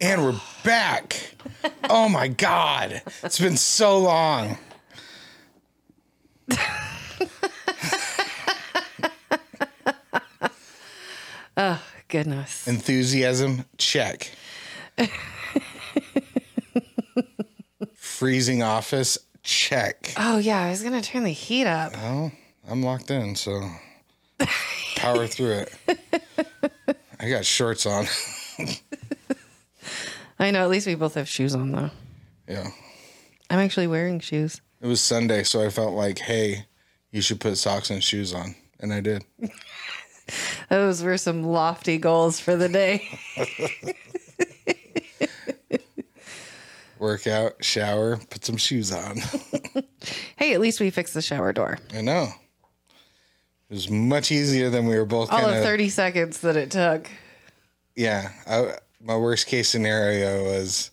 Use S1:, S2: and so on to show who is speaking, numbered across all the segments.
S1: and we're back. Oh my God. It's been so long.
S2: Goodness.
S1: Enthusiasm, check. Freezing office, check.
S2: Oh yeah, I was gonna turn the heat up.
S1: Uh-huh. I'm locked in, so power through it. I got shorts on.
S2: I know. At least we both have shoes on though.
S1: Yeah.
S2: I'm actually wearing shoes.
S1: It was Sunday, so I felt like, hey, you should put socks and shoes on. And I did.
S2: Those were some lofty goals for the day.
S1: Workout, shower, put some shoes on.
S2: hey, at least we fixed the shower door.
S1: I know. It was much easier than we were both
S2: All
S1: kind
S2: of 30 seconds that it took.
S1: Yeah. I, my worst case scenario was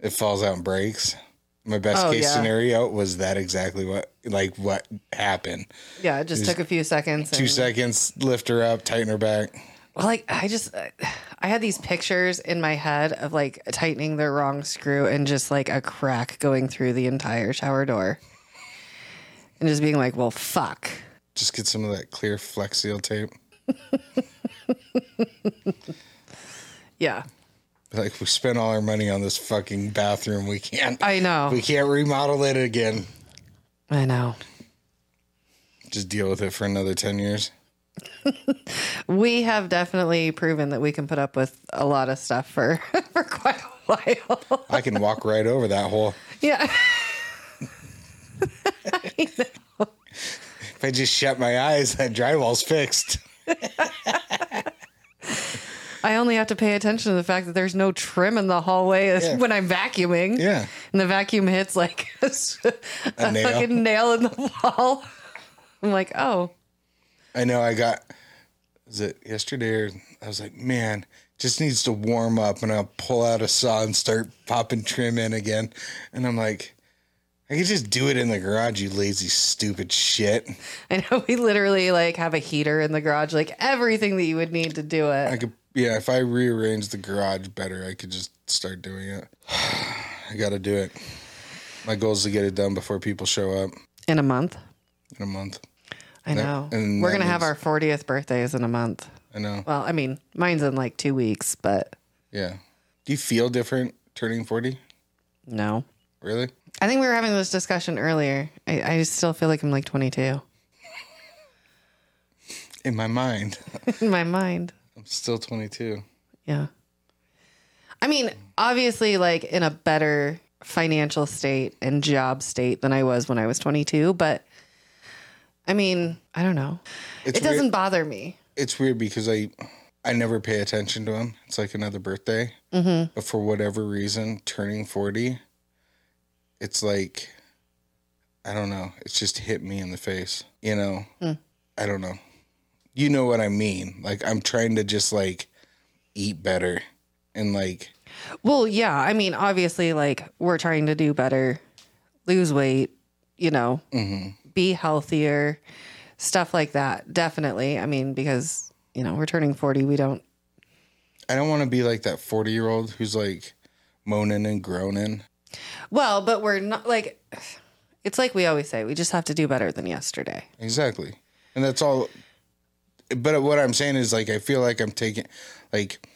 S1: it falls out and breaks. My best
S2: Oh,
S1: case
S2: yeah.
S1: scenario was that exactly what like what happened.
S2: Yeah, it just took a few seconds.
S1: Two
S2: and-
S1: seconds, lift her up, tighten her back.
S2: Well, like I just, uh, I had these pictures in my head of like tightening the wrong screw and just like a crack going through the entire shower door, and just being like, "Well, fuck."
S1: Just get some of that clear flex seal tape.
S2: Yeah,
S1: Like we spent all our money on this fucking bathroom. We can't
S2: I know.
S1: we can't remodel it again.
S2: I know.
S1: Just deal with it for another ten years.
S2: We have definitely proven that we can put up with a lot of stuff for for quite a while.
S1: I can walk right over that hole.
S2: yeah.
S1: If I just shut my eyes, that drywall's fixed.
S2: I only have to pay attention to the fact that there's no trim in the hallway
S1: Yeah.
S2: when I'm vacuuming.
S1: Yeah.
S2: And the vacuum hits like a, s- a
S1: nail.
S2: fucking nail in the wall. I'm like, oh,
S1: I know I got was it yesterday or I was like, man, just needs to warm up and I'll pull out a saw and start popping trim in again. And I'm like, I could just do it in the garage, you lazy stupid shit.
S2: I know we literally like have a heater in the garage, like everything that you would need to do
S1: I
S2: it.
S1: could yeah, if I rearrange the garage better, I could just start doing it. I gotta do it. My goal is to get it done before people show up
S2: In a month.
S1: in a month.
S2: I know.
S1: and
S2: We're
S1: that
S2: going to have our
S1: means-
S2: 40th birthdays in a month.
S1: I know.
S2: Well, I mean, mine's in like two weeks, but
S1: Yeah. Do you feel different turning forty?
S2: no.
S1: Really?
S2: I think we were having this discussion earlier. I, I still feel like I'm like 22
S1: In my mind.
S2: in my mind.
S1: I'm still twenty two.
S2: Yeah. I mean, obviously, like in a better financial state and job state than I was when I was 22, but I mean, I don't know.
S1: It's
S2: it
S1: weird-
S2: doesn't bother me.
S1: it's weird because I I never pay attention to them. It's like another birthday, mm-hmm. but for whatever reason, turning forty, it's like I don't know. It's just hit me in the face. You know,
S2: Hmm.
S1: I don't know. You know what I mean? Like I'm trying to just like eat better and like
S2: Well, yeah. I mean, obviously, like we're trying to do better, lose weight, you know,
S1: Mm-hmm.
S2: be healthier, stuff like that. Definitely. I mean, because, you know, we're turning 40, we don't
S1: I don't want to be like that forty year old who's like moaning and groaning.
S2: Well, but we're not like it's like we always say, we just have to do better than yesterday.
S1: Exactly. And that's all. But what I'm saying is like I feel like I'm taking like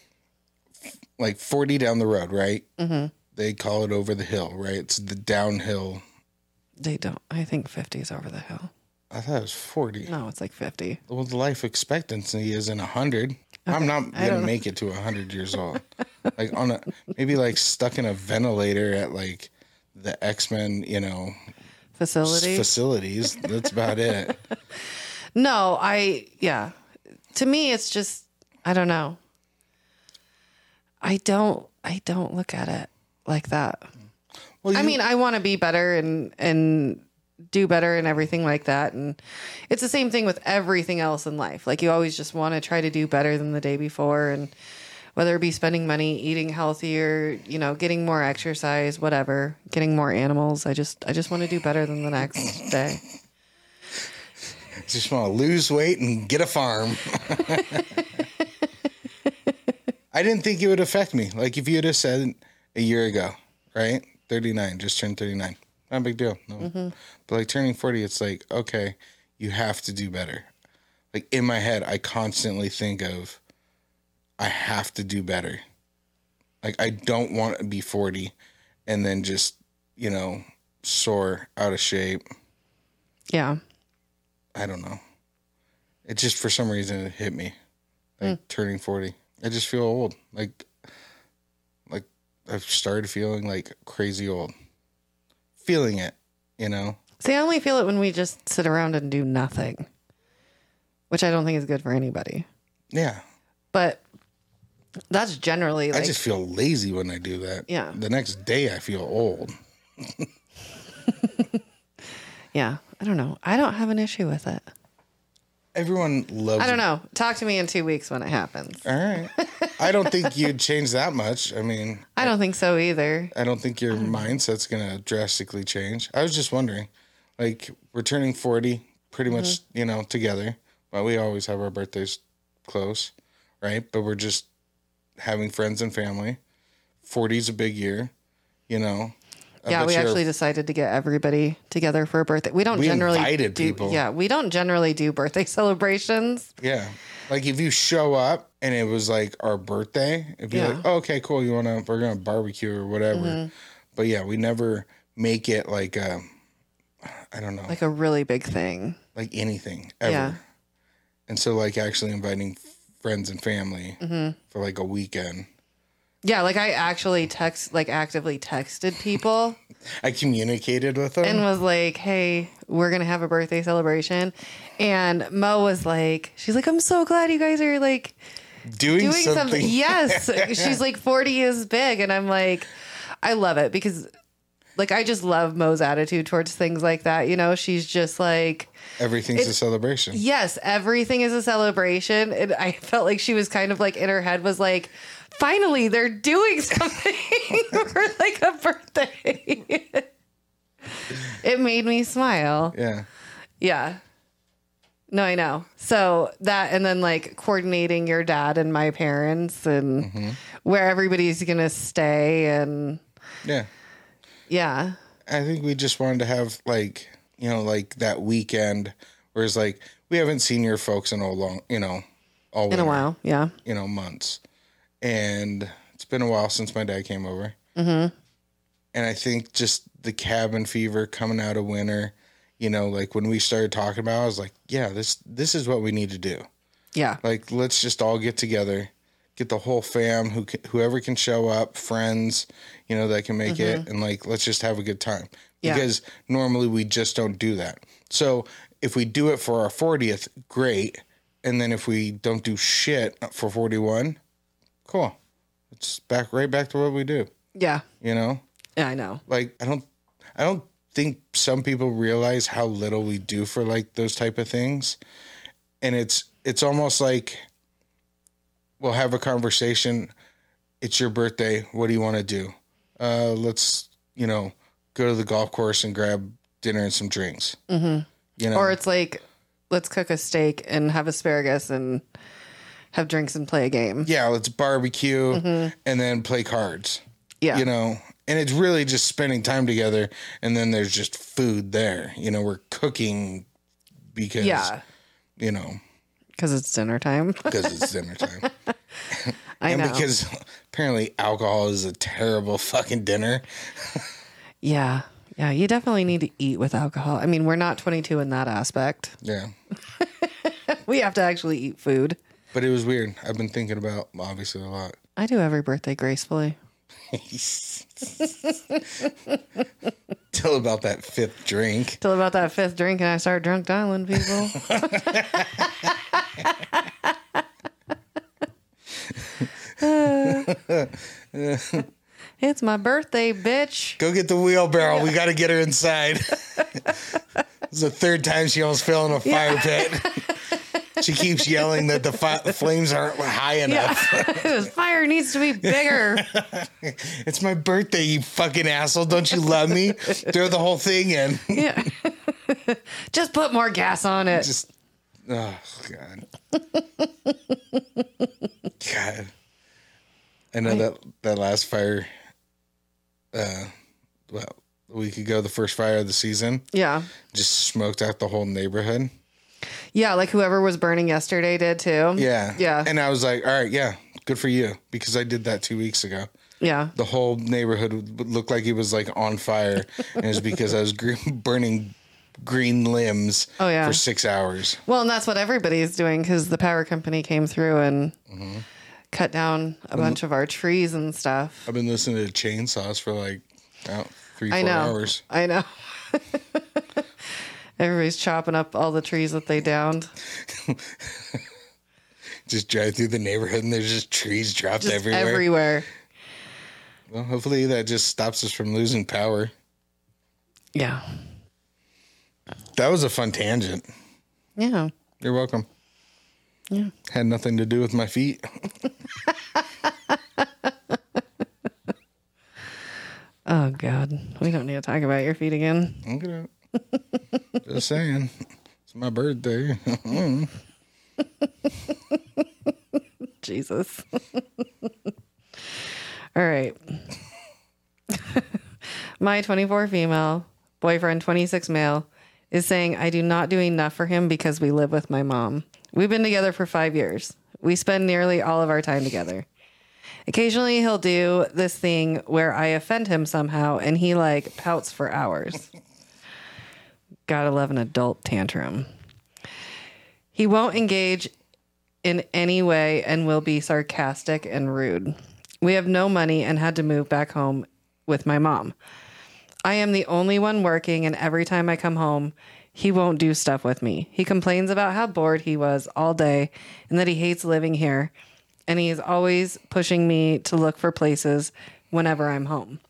S1: like 40 down the road, right? Mm-hmm. They call it over the hill, right? It's the downhill.
S2: They don't. I think 50 is over the hill.
S1: I thought it was 40.
S2: No, it's like 50.
S1: Well, the life expectancy isn't 100. I'm not going to make it to 100 years old. like on a maybe like stuck in a ventilator at like the X-Men, you know,
S2: Facility?
S1: facilities. That's about it.
S2: no, I yeah. To me it's just I don't know. I don't I don't look at it like that.
S1: Well,
S2: I
S1: you-
S2: mean, I want to be better and and do better and everything like that. And it's the same thing with everything else in life. Like you always just want to try to do better than the day before, and whether it be spending money, eating healthier, you know, getting more exercise, whatever, getting more animals. I just I just want to do better than the next day.
S1: just want to lose weight and get a farm. I didn't think it would affect me. Like if you'd have said a year ago, right? 39, just turned 39. Not a big deal. No. But like turning 40, it's like, okay, you have to do better. Like in my head, I constantly think of, I have to do better. Like I don't want to be 40 and then just, you know, sore, out of shape.
S2: Yeah.
S1: I don't know. It just for some reason it hit me. Like
S2: Hmm.
S1: turning forty. I just feel old. Like like I've started feeling like crazy old. Feeling it, you know?
S2: See, I only feel it when we just sit around and do nothing, which I don't think is good for anybody.
S1: Yeah.
S2: But that's generally like,
S1: I just feel lazy when I do that.
S2: Yeah.
S1: The next day I feel old.
S2: yeah, I don't know. I don't have an issue with it.
S1: Everyone loves
S2: I don't know. Talk to me in two weeks when it happens.
S1: All right. I don't think you'd change that much. I mean,
S2: I don't think so either.
S1: I don't think your mindset's going to drastically change. I was just wondering, like, we're turning 40 pretty much,
S2: Mm-hmm.
S1: you know, together. Well, we always have our birthdays close, right? But we're just having friends and family. 40 is a big year, you know. I
S2: yeah,
S1: bet
S2: we
S1: you're-
S2: actually decided to get everybody together for a birthday. We don't
S1: We
S2: generally
S1: invited
S2: do,
S1: people.
S2: Yeah, we don't generally do birthday celebrations.
S1: Yeah. Like, if you show up and it was like our birthday, it'd be
S2: Yeah. Mm-hmm.
S1: like, "Oh, okay, cool. You want to, we're going to barbecue or whatever. But yeah, we never make it like, um, I don't know.
S2: Like a really big thing.
S1: like anything ever.
S2: Yeah.
S1: And so, like, actually inviting friends and family
S2: Mm-hmm.
S1: for like a weekend,
S2: Yeah, like I actually text, like actively texted people
S1: I communicated with them.
S2: and was like, "Hey, we're gonna have a birthday celebration," and Mo was like, "She's like, I'm so glad you guys are like
S1: doing,
S2: doing
S1: something.
S2: something." Yes, she's like, "40 is big," and I'm like, I love it because, like, I just love Mo's attitude towards things like that. You know, she's just like.
S1: Everything's a celebration.
S2: Yes, everything is a celebration. And I felt like she was kind of like in her head was like, finally, they're doing something for like a birthday. it made me smile.
S1: Yeah.
S2: Yeah. No, I know. So that, and then like coordinating your dad and my parents and
S1: Mm-hmm.
S2: where everybody's going to stay. And
S1: Yeah.
S2: yeah.
S1: I think we just wanted to have like, you know, like that weekend where it's like, we haven't seen your folks in a long, you know, all
S2: In a while. Yeah.
S1: you know, months. And it's been a while since my dad came over. Mm-hmm. And I think just the cabin fever coming out of winter, you know, like when we started talking about, it, I was like, yeah, this this is what we need to do.
S2: Yeah.
S1: Like, let's just all get together, get the whole fam, who ca- whoever can show up, friends, you know, that can make it, and like, let's just have a good time.
S2: Yeah.
S1: Because normally we just don't do that. So if we do it for our fortieth, great. And then if we don't do shit for forty one, cool. It's back right back to what we do.
S2: Yeah.
S1: You know,
S2: Yeah. I know.
S1: like I don't, I don't think some people realize how little we do for like those type of things, and it's it's almost like we'll have a conversation. It's your birthday. What do you want to do? Uh, let's you know go to the golf course and grab dinner and some drinks. Mm-hmm. You know,
S2: Or it's like, let's cook a steak and have asparagus and have drinks and play a game.
S1: yeah, let's barbecue and then play cards.
S2: Yeah.
S1: you know and it's really just spending time together and then there's just food there you know we're cooking because
S2: yeah.
S1: you know
S2: Because it's dinner time.
S1: because it's dinner time
S2: I
S1: and
S2: know.
S1: because apparently alcohol is a terrible fucking dinner
S2: yeah. Yeah. You definitely need to eat with alcohol. I mean, we're not 22 in that aspect.
S1: yeah
S2: We have to actually eat food.
S1: but it was weird i've been thinking about obviously a lot
S2: I do every birthday gracefully.
S1: till about that fifth drink
S2: Till about that fifth drink and I start drunk dialing people. it's my birthday, bitch.
S1: go get the wheelbarrow we got to get her inside it's the third time she almost fell in a fire pit she keeps yelling that the fi- flames aren't high enough
S2: this fire needs to be bigger.
S1: It's my birthday, you fucking asshole. Don't you love me? Throw the whole thing in.
S2: Yeah. Just put more gas on it.
S1: Just, oh, God. God. I know
S2: Right.
S1: that that last fire, uh, well, a week ago, the first fire of the season
S2: Yeah.
S1: just smoked out the whole neighborhood.
S2: Yeah. Like whoever was burning yesterday did too.
S1: Yeah,
S2: Yeah.
S1: And I was like, all right, yeah, good for you, because I did that two weeks ago.
S2: Yeah.
S1: The whole neighborhood would- would look like it was like on fire, and it was because I was gr- burning green limbs
S2: Oh, yeah.
S1: for six hours.
S2: Well, and that's what everybody's doing because the power company came through and
S1: Mm-hmm.
S2: cut down a bunch of our trees and stuff.
S1: I've been listening to chainsaws for like oh, three, four
S2: I know.
S1: hours.
S2: I know. Everybody's chopping up all the trees that they downed.
S1: Just drive through the neighborhood, and there's just trees dropped
S2: Just
S1: everywhere.
S2: everywhere.
S1: Well, hopefully that just stops us from losing power.
S2: Yeah.
S1: That was a fun tangent.
S2: Yeah.
S1: You're welcome.
S2: Yeah.
S1: Had nothing to do with my feet.
S2: Oh, God. We don't need to talk about your feet again.
S1: Look at that. Just saying. It's my birthday.
S2: Jesus. All right. My 24 female, boyfriend 26 male, is saying, I do not do enough for him because we live with my mom. We've been together for five years. We spend nearly all of our time together. Occasionally, he'll do this thing where I offend him somehow and he like pouts for hours. Gotta love an adult tantrum. He won't engage in any way and will be sarcastic and rude. We have no money and had to move back home with my mom. I am the only one working, and every time I come home, he won't do stuff with me. He complains about how bored he was all day and that he hates living here. And he is always pushing me to look for places whenever I'm home.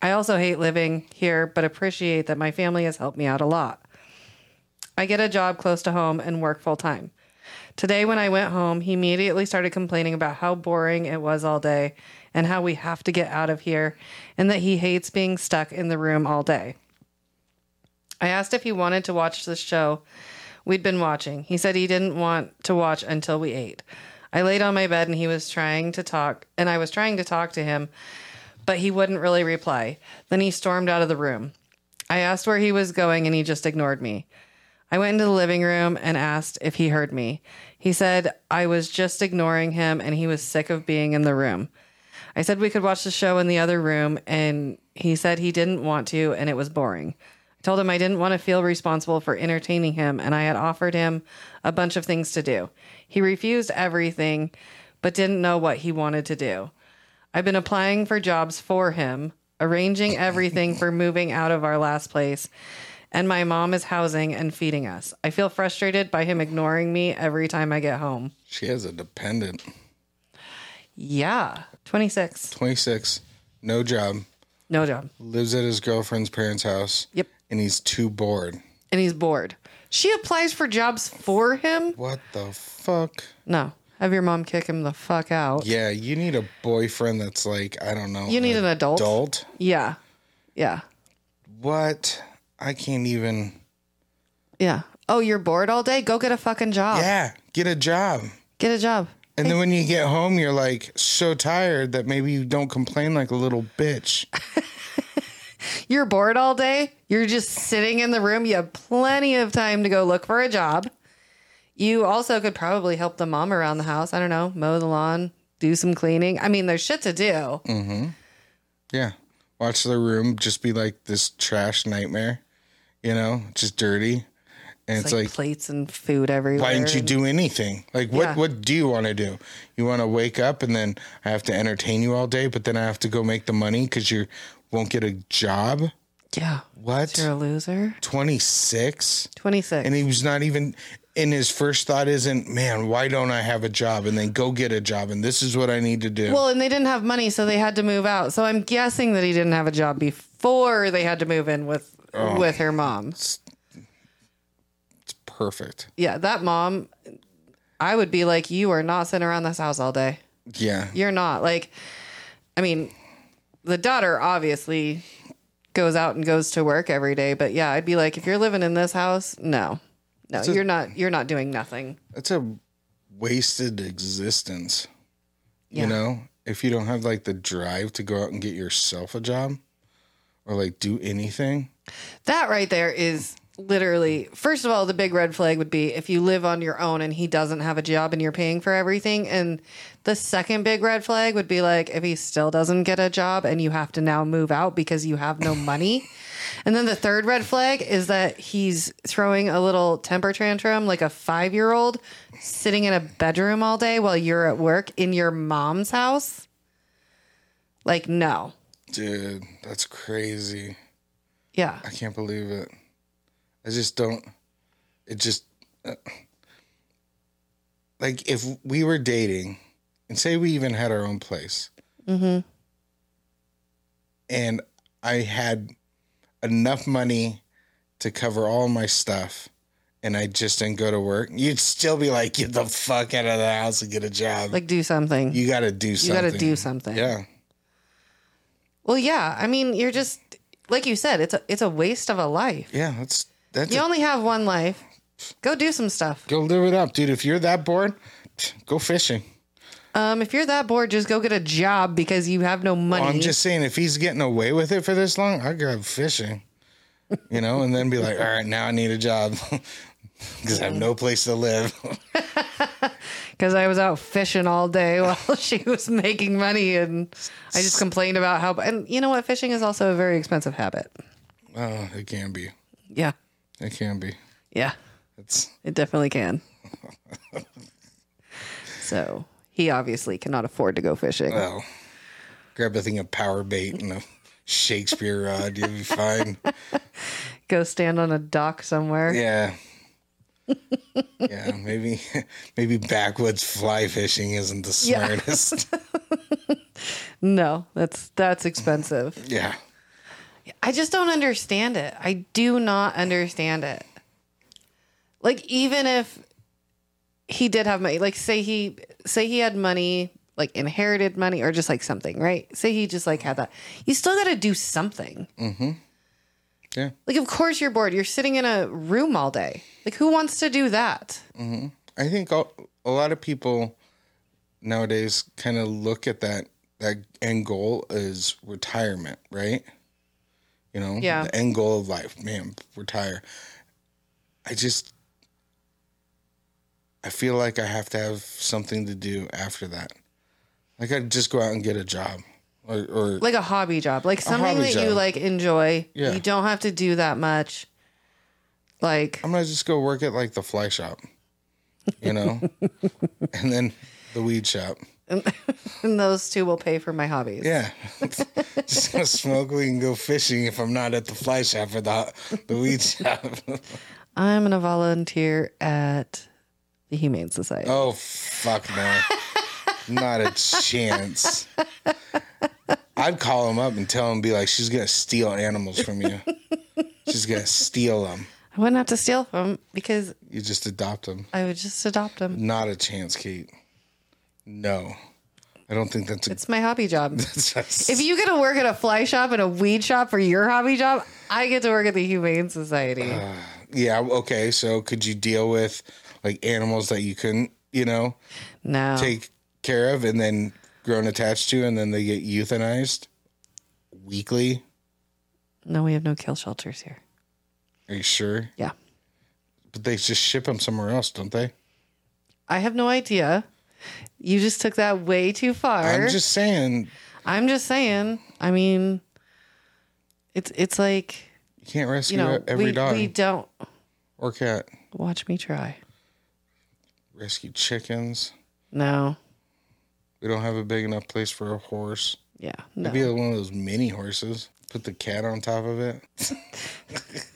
S2: I also hate living here, but appreciate that my family has helped me out a lot. I get a job close to home and work full time. Today, when I went home, he immediately started complaining about how boring it was all day and how we have to get out of here and that he hates being stuck in the room all day. I asked if he wanted to watch this show we'd been watching. He said he didn't want to watch until we ate. I laid on my bed and he was trying to talk, and I was trying to talk to him, but he wouldn't really reply. Then he stormed out of the room. I asked where he was going and he just ignored me. I went into the living room and asked if he heard me. He said I was just ignoring him and he was sick of being in the room. I said we could watch the show in the other room and he said he didn't want to and it was boring. I told him I didn't want to feel responsible for entertaining him and I had offered him a bunch of things to do. He refused everything but didn't know what he wanted to do. I've been applying for jobs for him, arranging everything for moving out of our last place, and my mom is housing and feeding us. I feel frustrated by him ignoring me every time I get home.
S1: she has a dependent.
S2: Yeah. 26.
S1: 26, no job,
S2: No job.
S1: lives at his girlfriend's parents' house.
S2: Yep.
S1: And he's too bored.
S2: And he's bored. She applies for jobs for him?
S1: What the fuck?
S2: No. Have your mom kick him the fuck out.
S1: Yeah, you need a boyfriend that's like, I don't know.
S2: You need an adult.
S1: adult?
S2: Yeah. Yeah.
S1: What? I can't even.
S2: Yeah. Oh, you're bored all day? Go get a fucking job.
S1: Yeah, get a job.
S2: Get a job.
S1: And then when you get home, you're like so tired that maybe you don't complain like a little bitch.
S2: You're bored all day. You're just sitting in the room. You have plenty of time to go look for a job. You also could probably help the mom around the house. I don't know, mow the lawn, do some cleaning. I mean, there's shit to do.
S1: Mm, Yeah. Watch the room just be like this trash nightmare, you know, just dirty. And
S2: It's
S1: it's,
S2: like,
S1: like,
S2: plates and food everywhere.
S1: why didn't you
S2: and-
S1: do anything? Like, what,
S2: Yeah.
S1: what do you want to do? You want to wake up and then I have to entertain you all day, but then I have to go make the money because you won't get a job?
S2: Yeah.
S1: What?
S2: You're a loser.
S1: 26?
S2: 26.
S1: And he was not even, and his first thought isn't, man, why don't I have a job? And then go get a job. And this is what I need to do.
S2: well, and they didn't have money, so they had to move out. So I'm guessing that he didn't have a job before they had to move in with
S1: Oh.
S2: with her mom.
S1: it's perfect.
S2: Yeah, that mom, I would be like, you are not sitting around this house all day.
S1: Yeah.
S2: you're not like i mean the daughter obviously goes out and goes to work every day but yeah i'd be like if you're living in this house no no you're not you're not doing nothing
S1: That's a wasted existence.
S2: Yeah.
S1: You know, if you don't have like the drive to go out and get yourself a job or like do anything,
S2: That right there is literally, first of all, the big red flag would be if you live on your own and he doesn't have a job and you're paying for everything. And the second big red flag would be like if he still doesn't get a job and you have to now move out because you have no money. And then the third red flag is that he's throwing a little temper tantrum like a five year old sitting in a bedroom all day while you're at work in your mom's house. Like, no.
S1: dude, that's crazy.
S2: Yeah.
S1: I can't believe it. I just don't. It just uh, like if we were dating, and say we even had our own place,
S2: Mm-hmm.
S1: and I had enough money to cover all my stuff, and I just didn't go to work, you'd still be like, "Get the fuck out of the house and get a job."
S2: Like, do something.
S1: you got to do
S2: you
S1: something.
S2: got to do something.
S1: Yeah,
S2: Well, yeah. I mean, you're just like you said. It's a it's a waste of a life.
S1: yeah. That's that's
S2: You only have one life. Go do some stuff.
S1: go live it up, dude. If you're that bored, go fishing.
S2: Um, if you're that bored, just go get a job because you have no money.
S1: Well, I'm just saying, if he's getting away with it for this long, I'd grab fishing, you know, and then be like, all right, now I need a job because I have no place to live.
S2: because I was out fishing all day while she was making money, and I just complained about how. And you know what? Fishing is also a very expensive habit.
S1: oh, it can be.
S2: Yeah,
S1: It can be.
S2: yeah,
S1: It's
S2: it definitely can. so he obviously cannot afford to go fishing.
S1: oh, grab a thing of power bait and a Shakespeare rod, you'll be fine.
S2: Go stand on a dock somewhere.
S1: Yeah. Yeah, maybe maybe backwoods fly fishing isn't the
S2: Yeah.
S1: smartest.
S2: No, that's that's expensive.
S1: Yeah.
S2: I just don't understand it. I do not understand it. Like even if he did have money, like say he say he had money, like inherited money or just like something, right? Say he just like had that. You still got to do something.
S1: Yeah.
S2: Like of course you're bored. You're sitting in a room all day. Like who wants to do that?
S1: I think all, a lot of people nowadays kind of look at that that end goal as retirement, right? You know,
S2: Yeah.
S1: the end goal of life, man, retire. I just I feel like I have to have something to do after that. Like I just go out and get a job or or
S2: Like a hobby job, like something
S1: hobby
S2: that you
S1: job.
S2: like enjoy.
S1: Yeah.
S2: You don't have to do that much. Like
S1: I'm gonna just go work at like the fly shop, you know, and then the weed shop.
S2: and those two will pay for my hobbies.
S1: Yeah. Just gonna smoke weed and go fishing if I'm not at the fly shop or the, the weed shop.
S2: I'm going to volunteer at the Humane Society.
S1: oh, fuck no. Not a chance. I'd call him up and tell him, be like, she's gonna steal animals from you. She's gonna steal them.
S2: I wouldn't have to steal from 'em because
S1: You just adopt them.
S2: I would just adopt them.
S1: Not a chance, Kate. No. I don't think that's a.
S2: It's my hobby job.
S1: That's
S2: if you get to work at a fly shop and a weed shop for your hobby job, I get to work at the Humane Society.
S1: Uh, yeah, okay. So could you deal with like animals that you couldn't, you know?
S2: no.
S1: take care of and then grown attached to and then they get euthanized weekly
S2: no, we have no kill shelters here.
S1: are you sure
S2: Yeah.
S1: but they just ship them somewhere else don't they
S2: I have no idea. You just took that way too far.
S1: i'm just saying
S2: I'm just saying. I mean, it's it's like,
S1: you can't rescue e-,
S2: you know,
S1: every
S2: we,
S1: dog
S2: we don't
S1: or cat
S2: watch me try.
S1: rescue chickens
S2: No.
S1: we don't have a big enough place for a horse
S2: Yeah. No.
S1: maybe one of those mini horses put the cat on top of it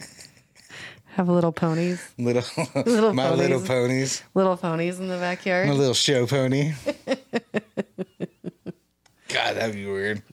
S2: Have little ponies,
S1: little,
S2: Little
S1: my little ponies
S2: little ponies in the
S1: my
S2: backyard.
S1: little show pony god that'd be weird